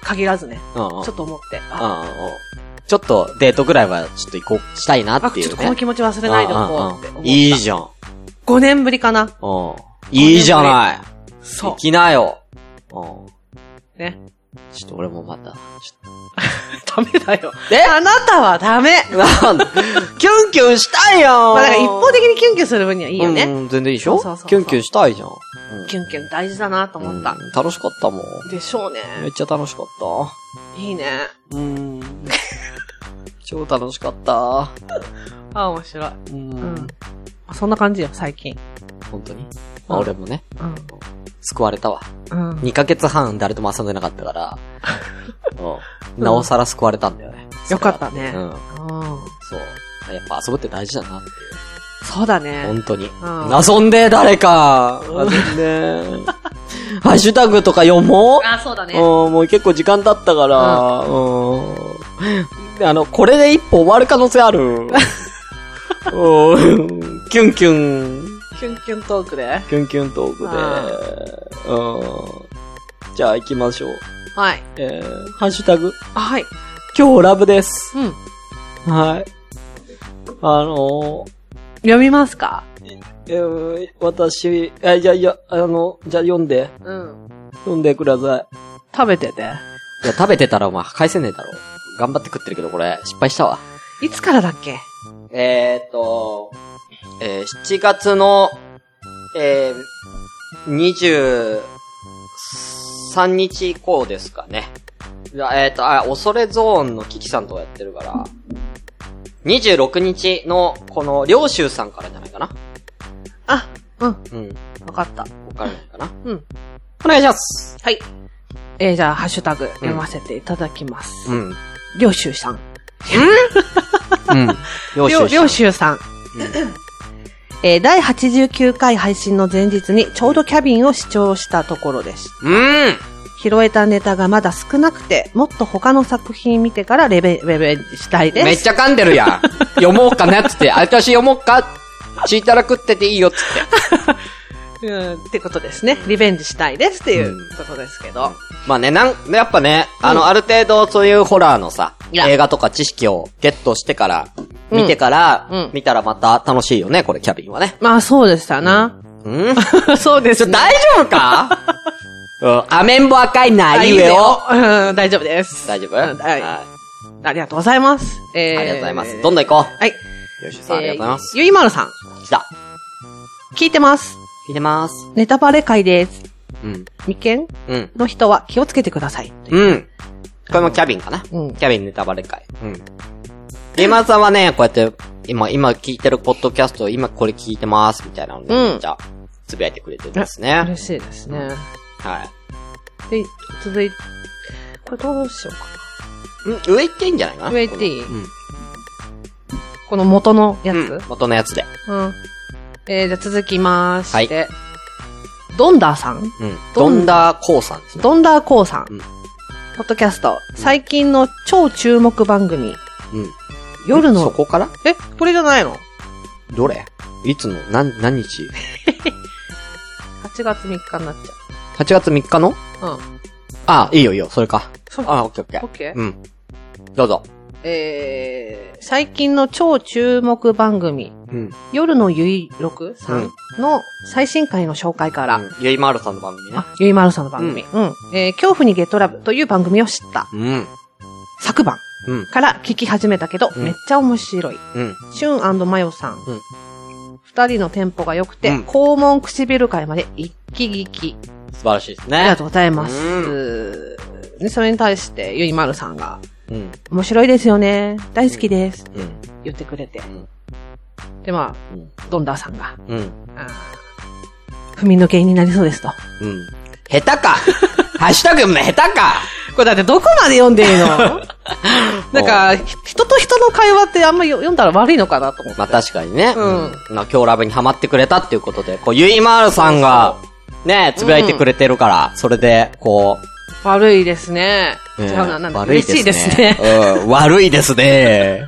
B: 限らずね、
A: うんうん。
B: ちょっと思って。
A: う
B: あ、
A: んうんうん。ちょっと、デートぐらいは、ちょっと行こう、したいな
B: あ
A: ってい
B: ち
A: う
B: ょ
A: ね。
B: っとこの気持ち忘れないでおこうって思
A: うんうんう
B: っ
A: ん
B: た。
A: いいじゃん。
B: 5年ぶりかな。
A: うん。いいじゃない。
B: そ
A: 行きなよ。うん。
B: う。ね。
A: ちょっと俺もまた、 ちょっ
B: ダメだよ。
A: え
B: あなたはダメ。
A: と。なんだキュンキュンしたいよ
B: まあ、だから一方的にキュンキュンする分にはい
A: い
B: いよね。
A: うん、全然いいでしょ
B: そうそうそうそう
A: キュンキュンしたいじゃん。うん
B: キュンキュン大事だなと思った。
A: うん楽しかったもん。
B: でしょうね。
A: めっちゃ楽しかっ
B: いいね。
A: た。 うん。超楽しかった。
B: あ、面白い。
A: うん。
B: うん。そんな感じよ、最近。
A: 本当に。まあ、
B: うん
A: 俺もね、
B: うん。
A: 救われたわ。
B: うん。
A: 2ヶ月半誰とも遊んでなかったから、 うん、なおさら救われたんだよね。
B: よかったね。
A: う
B: うん
A: ん。。そう。やっぱ遊ぶって大事だな。
B: そうだね。
A: 本当に。
B: ん
A: 遊んで、誰か。遊んで。 ハッシュタグとか読もう。
B: あ、そうだ
A: うん、。もう結構時間経ったから、うん。あの、これで一歩終わる可能性 ある。うんキュンキュン、
B: キュンキュントークで。
A: キュンキュントークで。うん。じゃあ行きましょう。
B: はい。
A: えー、ハッシュタグ、
B: あ、はい。
A: 今日ラブです。
B: うん。
A: はい。あのー
B: 読みますか
A: えー私、え、じゃあ、いや、あの、じゃあ読んで、
B: うん。
A: 読んでください。
B: 食べてて。
A: いや、食べてたらお前、返せねえだろ。頑張って食ってるけど、これ、失敗したわ。
B: いつからだっけ
A: えーっと、えー、7月の、えー、23日以降ですかね。いやえーっと、あ、恐れゾーンのキキさんとやってるから、26日の、この、領州さんからじゃないかな。
B: あ、うん。
A: うん。
B: わかった。
A: わからないかな。
B: うん。
A: お願いします。
B: はい。えー、じゃあ、ハッシュタグ読ませていただきます。
A: ん。
B: りょうしゅうさん。
A: うん。領
B: りょ
A: 州
B: うりょうしゅうさん。えー、第89回配信の前日にちょうどキャビンを視聴したところでした。
A: うん。
B: 拾えたネタがまだ少なくて、もっと他の作品見てからレベ、レベンジしたいです。
A: めっちゃ噛んでるやん。読もうかなっつって、あ私読もうか。チータラ食ってていいよっつって。
B: うん、ってことですね。リベンジしたいですっていうことですけど。
A: まあね、なん、やっぱね、あの、ある程度そういうホラーのさ、
B: いや
A: 映画とか知識をゲットしてから、見てから、
B: うん
A: 見たらまた楽しいよね、これ、キャビンはね。
B: まあ、そうでしたな。
A: うん
B: そうで
A: ち
B: す
A: ょ、大丈夫か うん、アメンボ赤いな、いいよ。
B: うん、大丈夫です。
A: 大丈夫
B: うんはい。
A: あ
B: ありがとうございます。え
A: りが
B: ー
A: とうございます。どんどん行こ
B: はい。
A: う。よしさん、ありがとうございます。
B: えーゆいまるさん。
A: 来た。
B: 聞いてます。
A: 聞いてます。
B: ネタバレ会です。
A: うん。
B: 未見
A: うん。
B: の人は気をつけてください。
A: うん。これもキャビンかな。
B: うん
A: キャビンネタバレ会。うん。ゲーマーさんはね、こうやって、今、今聞いてるポッドキャスト、今これ聞いてます、みたいなので、
B: うん
A: じゃあ、つぶやいてくれてるんです
B: 嬉
A: ね。
B: しいですね。
A: は
B: で、続いて、これどうしよう
A: い。
B: か
A: うん上行っていいんじゃないかな
B: 上行っていい
A: この
B: な。この元のや
A: うん。うん
B: つ。
A: 元のやつで。
B: うん。えー、じゃあ続きまして。ドンダーさん
A: うん。ドンダーコウさんですね。
B: ドンダーコウさん。
A: うん
B: ポッドキャスト。最近の超注目番組。
A: うん。
B: 夜の
A: そこから
B: え、これじゃないの
A: どれいつの何、何日
B: ?8 月3日になっち
A: ?8 月3日の
B: ゃう。うん。
A: あ、いいよいいよ、それか。
B: そ
A: あ、オッケーオッケ
B: オッ
A: ー。
B: ケー、
A: うん。どうぞ。
B: えー、最近の超注目番組。
A: うん。
B: 夜のゆいろくさんの最新回の紹介から。
A: うんゆいまるさんの番組ね。
B: あ、ゆいまるさんの番組。うん。えー恐怖にゲットラブという番組を知った。
A: うん。
B: 昨晩
A: うん。
B: から聞き始めたけど、
A: うん
B: めっちゃ面白い。
A: うん。
B: シュンマヨさん。
A: うん
B: 二人のテンポが良くて、
A: うん
B: 肛門唇会まで一気聞き。
A: 素晴らしいですね。
B: ありがとうございます。ね、それに対して、ゆいまるさんが、
A: うん。
B: 面白いですよね。大好きです。
A: うん。
B: 言ってくれて。
A: ん
B: で、ま
A: うん
B: あ、ドンダーさんが、
A: うん。
B: あー不眠の原因になりそうですと。
A: うん。下手 かハッシュタグも下手か
B: これだってどこまで読んでい いのなんか、ひ人と人の会話ってあんまよ読んだら悪いのかなと思って。
A: まあ確かにね。
B: うん
A: まあ今日ラブにハマってくれたっていうことで、こう、ゆいまるさんが、ね、つぶやいてくれてるから、それで、こ
B: 悪いですね。
A: う、ね
B: 違うな、なんだ、嬉 しいですね。。
A: うん、悪いです ね。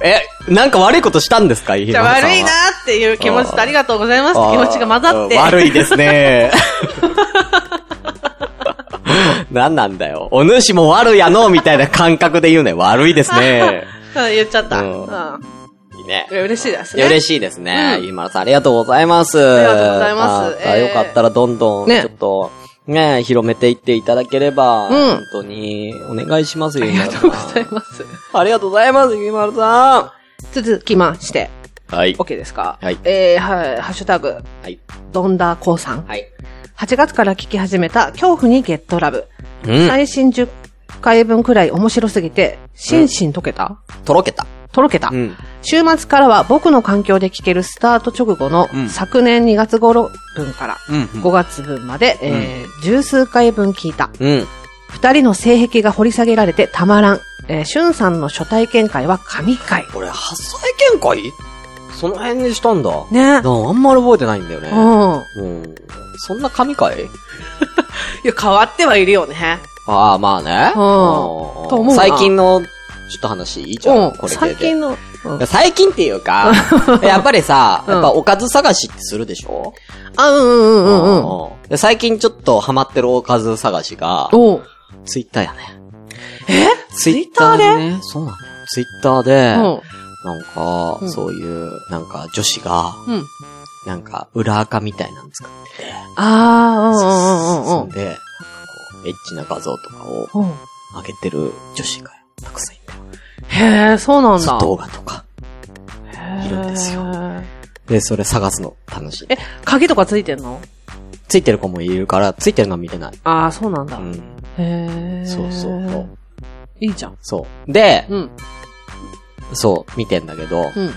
A: え、なんか悪いことしたんですかゆい
B: じ
A: まる
B: ゃあ
A: さんは。
B: 悪いなっていう気持ちとありがとうご ざいますって気持ちが混ざって。
A: あー悪いです ね。何なんだよ。お主も悪やの、みたいな感覚で言うね。悪いですね。
B: うん言っちゃった。
A: う
B: うんん。
A: いいね
B: い。や嬉しいですね。
A: 嬉
B: しい。
A: しいですね。ゆいまるさん、ありがとうございます。
B: りがとうございま
A: あ
B: すえー
A: よかったらどんどん、ち
B: ね
A: ょっと、ねえ、広めていっていただければ、
B: ん
A: 本当に、お願いしますよ、
B: ありがとうございます。
A: す。ありがとうございます、ゆきまるさ
B: 続きまして、
A: ん。はい。
B: OK ですか
A: はい
B: えー、はい、ハッシュタグ、
A: はい。
B: ドンダーコーさん。
A: はい。
B: 8月から聞き始めた恐怖にゲットラブ。
A: うん。
B: 最新10回分くらい面白すぎて、心身溶けた、
A: とろけた。
B: とろけた、
A: うん。
B: 週末からは僕の環境で聞けるスタート直後の
A: うん
B: 昨年2月頃分から
A: うん。
B: 5月分まで、えー十数回分聞いた。
A: うん。
B: 二人の性癖が掘り下げられてたまらん。えー、しゅんさんの初体験会は神回。
A: 俺、発災見解その辺にしたんだ。なあ
B: ね。
A: あんまり覚えてないんだよ
B: うん。
A: ね。うん。そんな神かい
B: いや、変わってはいるよね。
A: ああ、まあね。
B: うん
A: うん
B: と思うな
A: 最近の、ちょっと話いいじゃ
B: うん
A: ん。こ。れ系で
B: 最近の、うん
A: いや最近っていうか、やっぱりさ、
B: うん
A: やっぱおかず探しってするでしょ
B: あ、うんうんうんうんうん。
A: うんで最近ちょっとハマってるおかず探しが、
B: おう
A: ツイッターやね。えツ
B: イッターで
A: ねそうなのツイッターで、
B: うん。
A: なんか、
B: うん
A: そういう、なんか女子が、
B: うん。
A: なんか裏垢みたいなの作って、
B: ああ、うんうんうんうん
A: で、なんかこう、エッチな画像とかを
B: うん。うん
A: 上げてる女子がたくさんいて、
B: へえ、そうなん
A: そう
B: だ。
A: 動画とか。いるんですよ
B: よ。
A: で、それ探すの楽しい。
B: え、鍵とかついてんの
A: ついてる子もいるから、ついてるのは見てない。
B: ああ、そうなんだ。
A: うん。
B: へえ。
A: そうそうそう。。
B: いいじゃん。
A: そう。で、
B: うん。
A: そう、見てんだけど、
B: うん。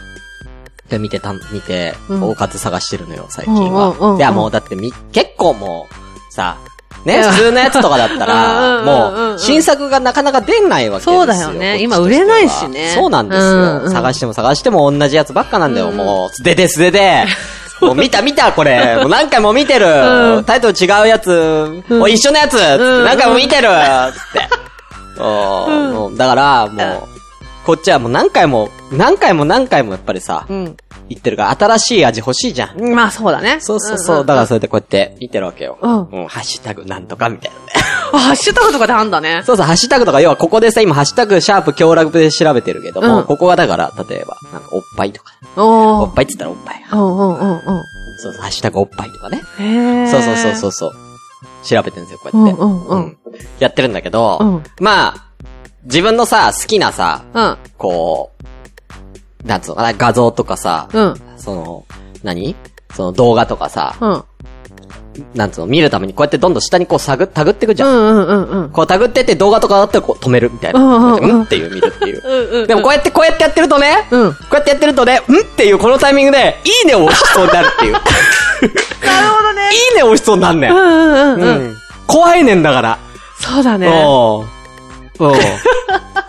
A: で、見てた、見て、
B: うん
A: おかず探してるのよ、最近は。
B: うんうんうんうん
A: いや、もうだってみ、結構もう、さ、ね、普通のやつとかだったら、
B: うんうんうんうん
A: もう、新作がなかなか出ないわけですよ。
B: そうだよ
A: こ
B: ね
A: っちとしては
B: 今売れないしね
A: そうなんですよ、
B: うんうん
A: 探しても探しても同じやつばっかなんだよ、
B: うん
A: もう。素手で素手 で。もう見た見たこれ。もう何回も見てる。
B: うん
A: タイトル違うやつ。
B: うん
A: おい一緒のやつ、つって
B: うん
A: 何回も見てるつって。おーもうだから、もう、こっちはもう何回も、何回も何回もやっぱりさ、
B: うん。
A: 言ってるから、新しい味欲しいじゃん。
B: まあ、そうだね。
A: そうそうそう。
B: んん
A: だからそれでこうやって見てるわけよ。
B: うん
A: ハッシュタグなんとかみたいなね。
B: あハッシュタグとかであんだね。
A: そうそう、ハッシュタグとか、要はここでさ、今ハッシュタグ、シャープ、強楽で調べてるけども、
B: うん
A: ここがだから、例えば、なんか、おっぱいとか。
B: お
A: お
B: お
A: っ。ぱいって言ったらおっぱい。
B: うんうんうんうん。
A: そうそう、ハッシュタグおっぱいとかね。
B: へえ。。
A: そうそうそうそううそう。調べてるんですよ、こうやって。
B: うんうんうん
A: やってるんだけど、
B: うん
A: まあ、自分のさ、好きなさ、
B: うん。
A: こう、なんつうのかな、画像とかさ、
B: うん。
A: その、何その動画とかさ、
B: うん。
A: なんつうの、見るためにこうやってどんどん下にこう探、たぐってくじ
B: う
A: ゃん。
B: んうんうんうん。
A: こうたぐってって動画とかだったらこう止めるみたいな。
B: うんうんうん
A: っていう、見るっていう
B: んう
A: う。
B: ん。
A: でもこうやって、こうやってやってるとね、
B: うん
A: こうやってやってるとね、うんっていうこのタイミングで、いいねを押しそうになる っていう。なるほどね。いいねを押しそうになんねん。
B: うんうんうんうん。
A: うん怖いねんだから。
B: そうだね。
A: おうん。 うん。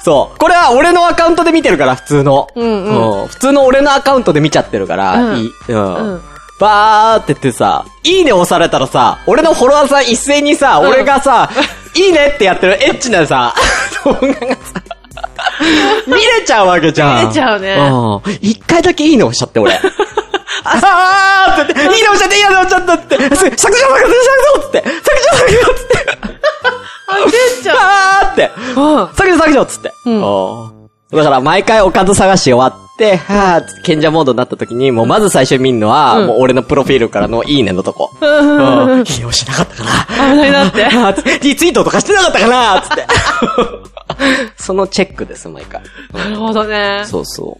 A: そう。これは俺のアカウントで見てるから、普通の。
B: うんうん
A: 普通の俺のアカウントで見ちゃってるから、
B: うん
A: いい。うん。
B: うん
A: バーって言ってさ、いいね押されたらさ、俺のフォロワーさん一斉にさ、
B: ん
A: 俺がさ、いいねってやってるエッチなさ、 動画がさ、見れちゃうわけじゃん。
B: 見れちゃうね
A: うん。一回だけいいね押しちゃって、 俺。あーって言って、いいね押しちゃって、いいね押しちゃった って、削除削除削除って、削除削除って、
B: あ、出ちゃう。
A: あーって、
B: うん。
A: 削除削除っつって。
B: ん
A: おーだから毎回おかず探し終わって、はぁ、賢者モードになった時に、もうまず最初に見るのは、
B: うん
A: もう俺のプロフィールからのいいねのとこ。うん
B: うん
A: ん。利用しなかったかな。
B: 危ないなって。
A: あーつって リツイートとかしてなかったかなつって。 そのチェックです、毎回。
B: なるほどね。
A: そうそ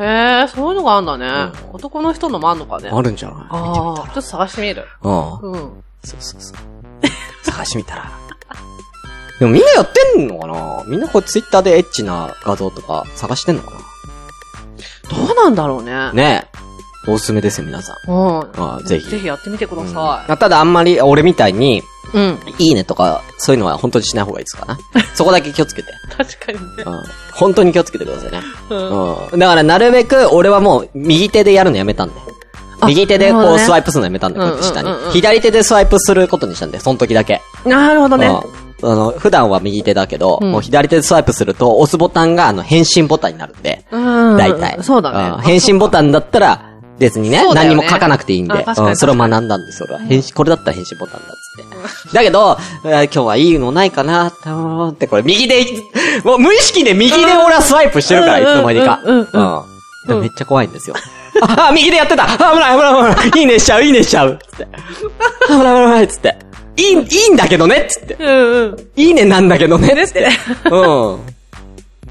B: へえ、そういうのがあんだね。男の人のもあんのかね。
A: う。あるんじゃない
B: あー
A: 見てみ
B: ちょっと探してみる。
A: たら。うん。
B: うん。
A: そうそうそう。探してみたら。でもみんなやってんのかなみんなこうツイッターでエッチな画像とか探してんのかな
B: どうなんだろうね。
A: ねえ。おすすめですよ、皆さん。
B: うん。
A: あぜひ。
B: ぜひやってみてくだ
A: うん
B: さ
A: あただあんまり、俺みたいに、
B: い。うん。
A: いいねとか、そういうのは本当にしない方がいいですから ね。そこだけ気をつけて。
B: 確かにね。
A: うん。本当に気をつけてくださいね。
B: うん。
A: うん。だからなるべく、俺はもう、右手でやるのやめたんだよ。
B: あ
A: 右手で
B: なるほ
A: こ
B: ど
A: う
B: ね
A: スワイプするのやめたんだよ、こうやって下
B: うんうんうんう
A: に。
B: ん
A: 左手でスワイプすることにしたんだよ、その時だけ。
B: なるほどね。
A: うんあの、普段は右手だけど、
B: うん
A: もう左手でスワイプすると、押すボタンが、あの、返信ボタンになるんで。
B: うん。
A: 大体。
B: そうだ
A: ん
B: ね。
A: 返信ボタンだったら、別にね
B: そうだよ
A: 何
B: ね
A: にも書かなくていいん
B: あ
A: で
B: 確、かに
A: うん、それを学んだんです、俺は。返信、これだったら返信ボタンだっつって。だけど、えー今日はいいのないかな、たーって、これ右で、もう無意識で右で俺はスワイプしてるから、い
B: う
A: つ
B: ん
A: の間にか。
B: うんうんうんうん
A: うんでもめっちゃ怖いんですよ。 あ、右でやってたあ、危ない危ない危ないいいねしちゃういいねしちゃうつって。あ危ない危ない危ないつって。いい、いいんだけどねつって。
B: うんうん。
A: いいねなんだけどね
B: で
A: つ
B: す
A: っ
B: っ
A: て
B: てね。
A: うん。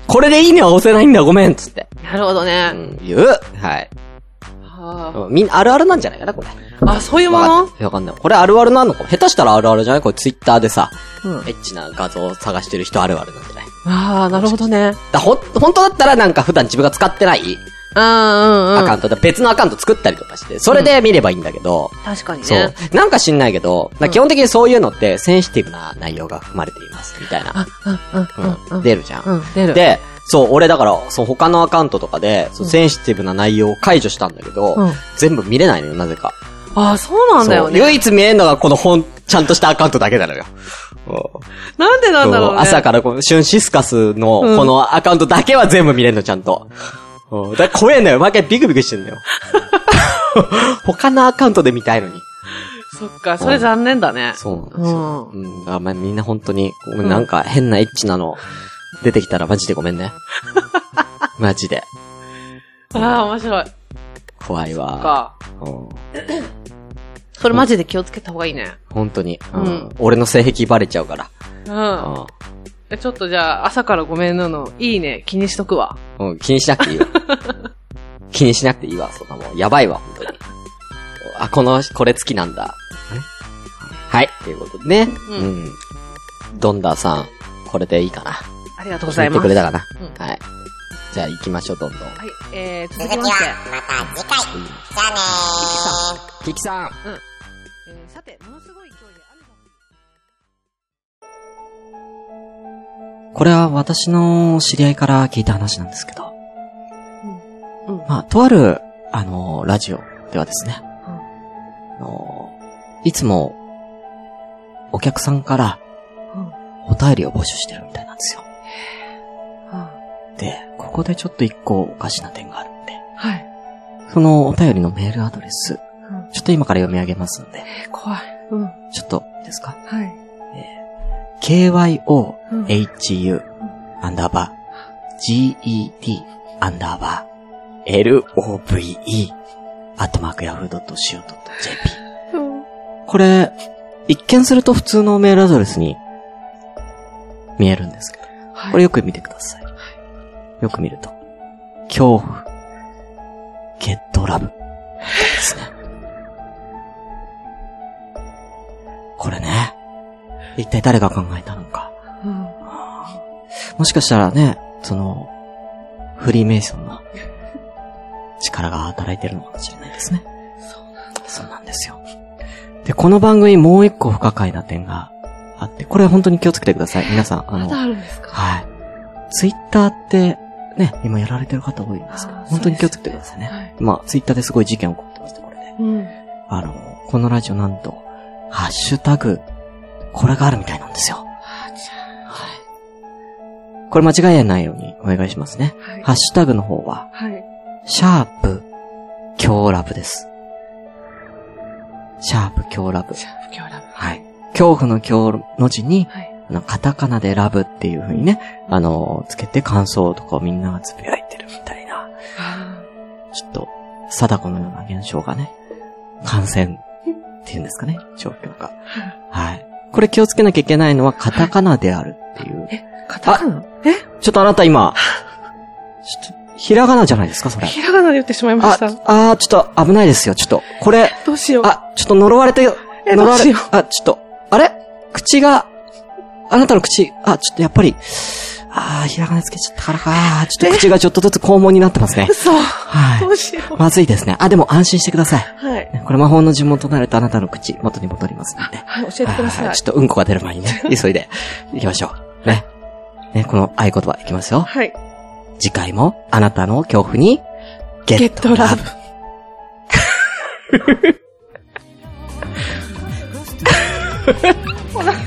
A: これでいいねは押せないんだごめんつって。
B: なるほど
A: う
B: ね。
A: ん、言う。はい。
B: は
A: うんみんなあるあるなんじゃないかな、これ。
B: ああ、そういうも
A: わか
B: の
A: んないわかんない。これあるあるなのかも下手したらあるあるじゃないこれツイッターでさ、
B: うん
A: エッチな画像を探してる人あるあるなんじゃない
B: ああ、なるほどね。
A: だほん、本当だったらなんか普段自分が使ってない
B: うんうん
A: ア
B: う
A: カウ
B: ん。
A: ントで別のアカウント作ったりとかして、それで見ればいいんだけど、
B: 確かに
A: そ
B: ね
A: う。。なんか知んないけど、だから基本的にそういうのってセンシティブな内容が含まれています、みたいな。
B: うん
A: うん出るじゃん。
B: うん、出る。
A: で、そう、俺だから、そう他のアカウントとかで、そうセンシティブな内容を解除したんだけど、
B: うん
A: 全部見れないのよ、なぜか。
B: ああ、そうなんだよ
A: そう
B: ね。
A: 唯一見えるのがこの本、ちゃんとしたアカウントだけなのよ。うん
B: なんでなんだろう
A: そう
B: ね。
A: 朝からこの、シュンシスカスの、このアカウントだけは全部見れるの、ちゃんと。うんだから怖えんだよ。毎回ビクビクしてんだよ。 他のアカウントで見たいのに。
B: そっか、それ残念だね。
A: そうなんです
B: う
A: よ。
B: ん。
A: うん、あまあ、みんな本当に、なんか変なエッチなの、出てきたらマジでごめ んね。マジで。
B: ああ、面白い。
A: 怖いわ。
B: か。
A: うん
B: それマジで気をつけた方がいいね。
A: 本当に、うん
B: うん
A: 俺の性癖バレちゃうから。
B: うん。えちょっとじゃあ、朝からごめんなの、いいね、気にしとくわ。
A: うん、うん気にしなくてい いわ。気にしなくていいわ、そんなもん。やばいわ、本当に。あ、この、これ好きなんだ。はい、ということでね。
B: うん
A: うん。ドンダーさん、これでいいかな。
B: ありがとうござ
A: 言
B: い
A: って
B: ま
A: く
B: す。
A: れた
B: は
A: かな。
B: うん
A: はい。じゃあ行きましょう、どんどん。
B: い、えー、続
F: 続
B: き
F: き
B: ま
F: は
B: して。
F: また次回。じゃあねー。
A: キキさん。
B: えーさて、ものすごい勢いで雨が。
A: これは私の知り合いから聞いた話なんですけど。
B: うんうん
A: まあ、とある、あの、ラジオではですね。あのいつも、お客さんから、お便りを募集してるみたいなんですよ。で、ここでちょっと一個おかしな点があるんで、
B: はい。
A: そのお便りのメールアドレス、
B: ん
A: ちょっと今から読み上げますんで、
B: え、怖い。うん。は
A: ちょっと、いいですか
B: い。
A: ?kyohu、
B: うん
A: hu、アンダーバー、get、アンダーバー、love、アットマークヤフー .co.jp。これ、一見すると普通のメールアドレスに見えるんですけど、
B: はい
A: これよく見てください。よく見ると、恐怖、ゲットラブですね。これね、一体誰が考えたのか。
B: うん。
A: もしかしたらね、その、フリーメイソンの力が働いてるのかもしれないですね。そうなんですよ。で、この番組もう一個不可解な点があって、これ本当に気をつけてください。皆さん、あ
B: まだ
A: の、
B: あるんですか
A: はい。ツイッターって、ね、今やられてる方多いんですけど、
B: あー
A: 本当に気をつけてくださいね。
B: そうですねはい
A: まあ、ツイッターですごい事件起こってました、これで。
B: うん。
A: あの、このラジオなんと、ハッシュタグ、これがあるみたいなんですよ。はい。これ間違えないようにお願いしますね。
B: はい
A: ハッシュタグの方は、
B: はい。
A: シャープ、強ラブです。シャープ、強ラブ。
B: 不況ラブ。
A: はい。恐怖の強の字に、
B: はい。
A: あの、カタカナでラブっていう風にね、あの、つけて感想とかをみんながつぶやいてるみたいな、
B: あ
A: ちょっと、貞子のような現象がね、感染っていうんですかね、状況が。はい。これ気をつけなきゃいけないのはカタカナであるっていう。
B: ーカタカナ
A: ちょっとあなた今、ちょっと、ひらがなじゃないですか、それ。
B: ひらがなで言ってしまいま
A: あ
B: した。、
A: あーちょっと危ないですよ、ちょっと。これ、
B: どうしよう。
A: あ、ちょっと呪われて、
B: え
A: 呪わ
B: どうし
A: れ
B: よ、
A: あ、ちょっと、あれ口が、あなたの口、あ、ちょっとやっぱり、あーひらがなつけちゃったからか、あーちょっと口がちょっとずつ肛門になってますね。
B: 嘘。ど
A: は
B: う
A: い。
B: しよう。
A: まずいですね。あ、でも安心してください。
B: はい。
A: これ魔法の呪文となるとあなたの口、元に戻りますので。
B: はい、教えてください
A: は。ちょっとうんこが出る前に ね、急いで行きましょう。ね。ね、この合言葉いきますよ。
B: はい。
A: 次回もあなたの恐怖にゲ
B: ゲ
A: ッ
B: ッ
A: ト
B: ト
A: ラ
B: ラ
A: ブ
B: ブ。。お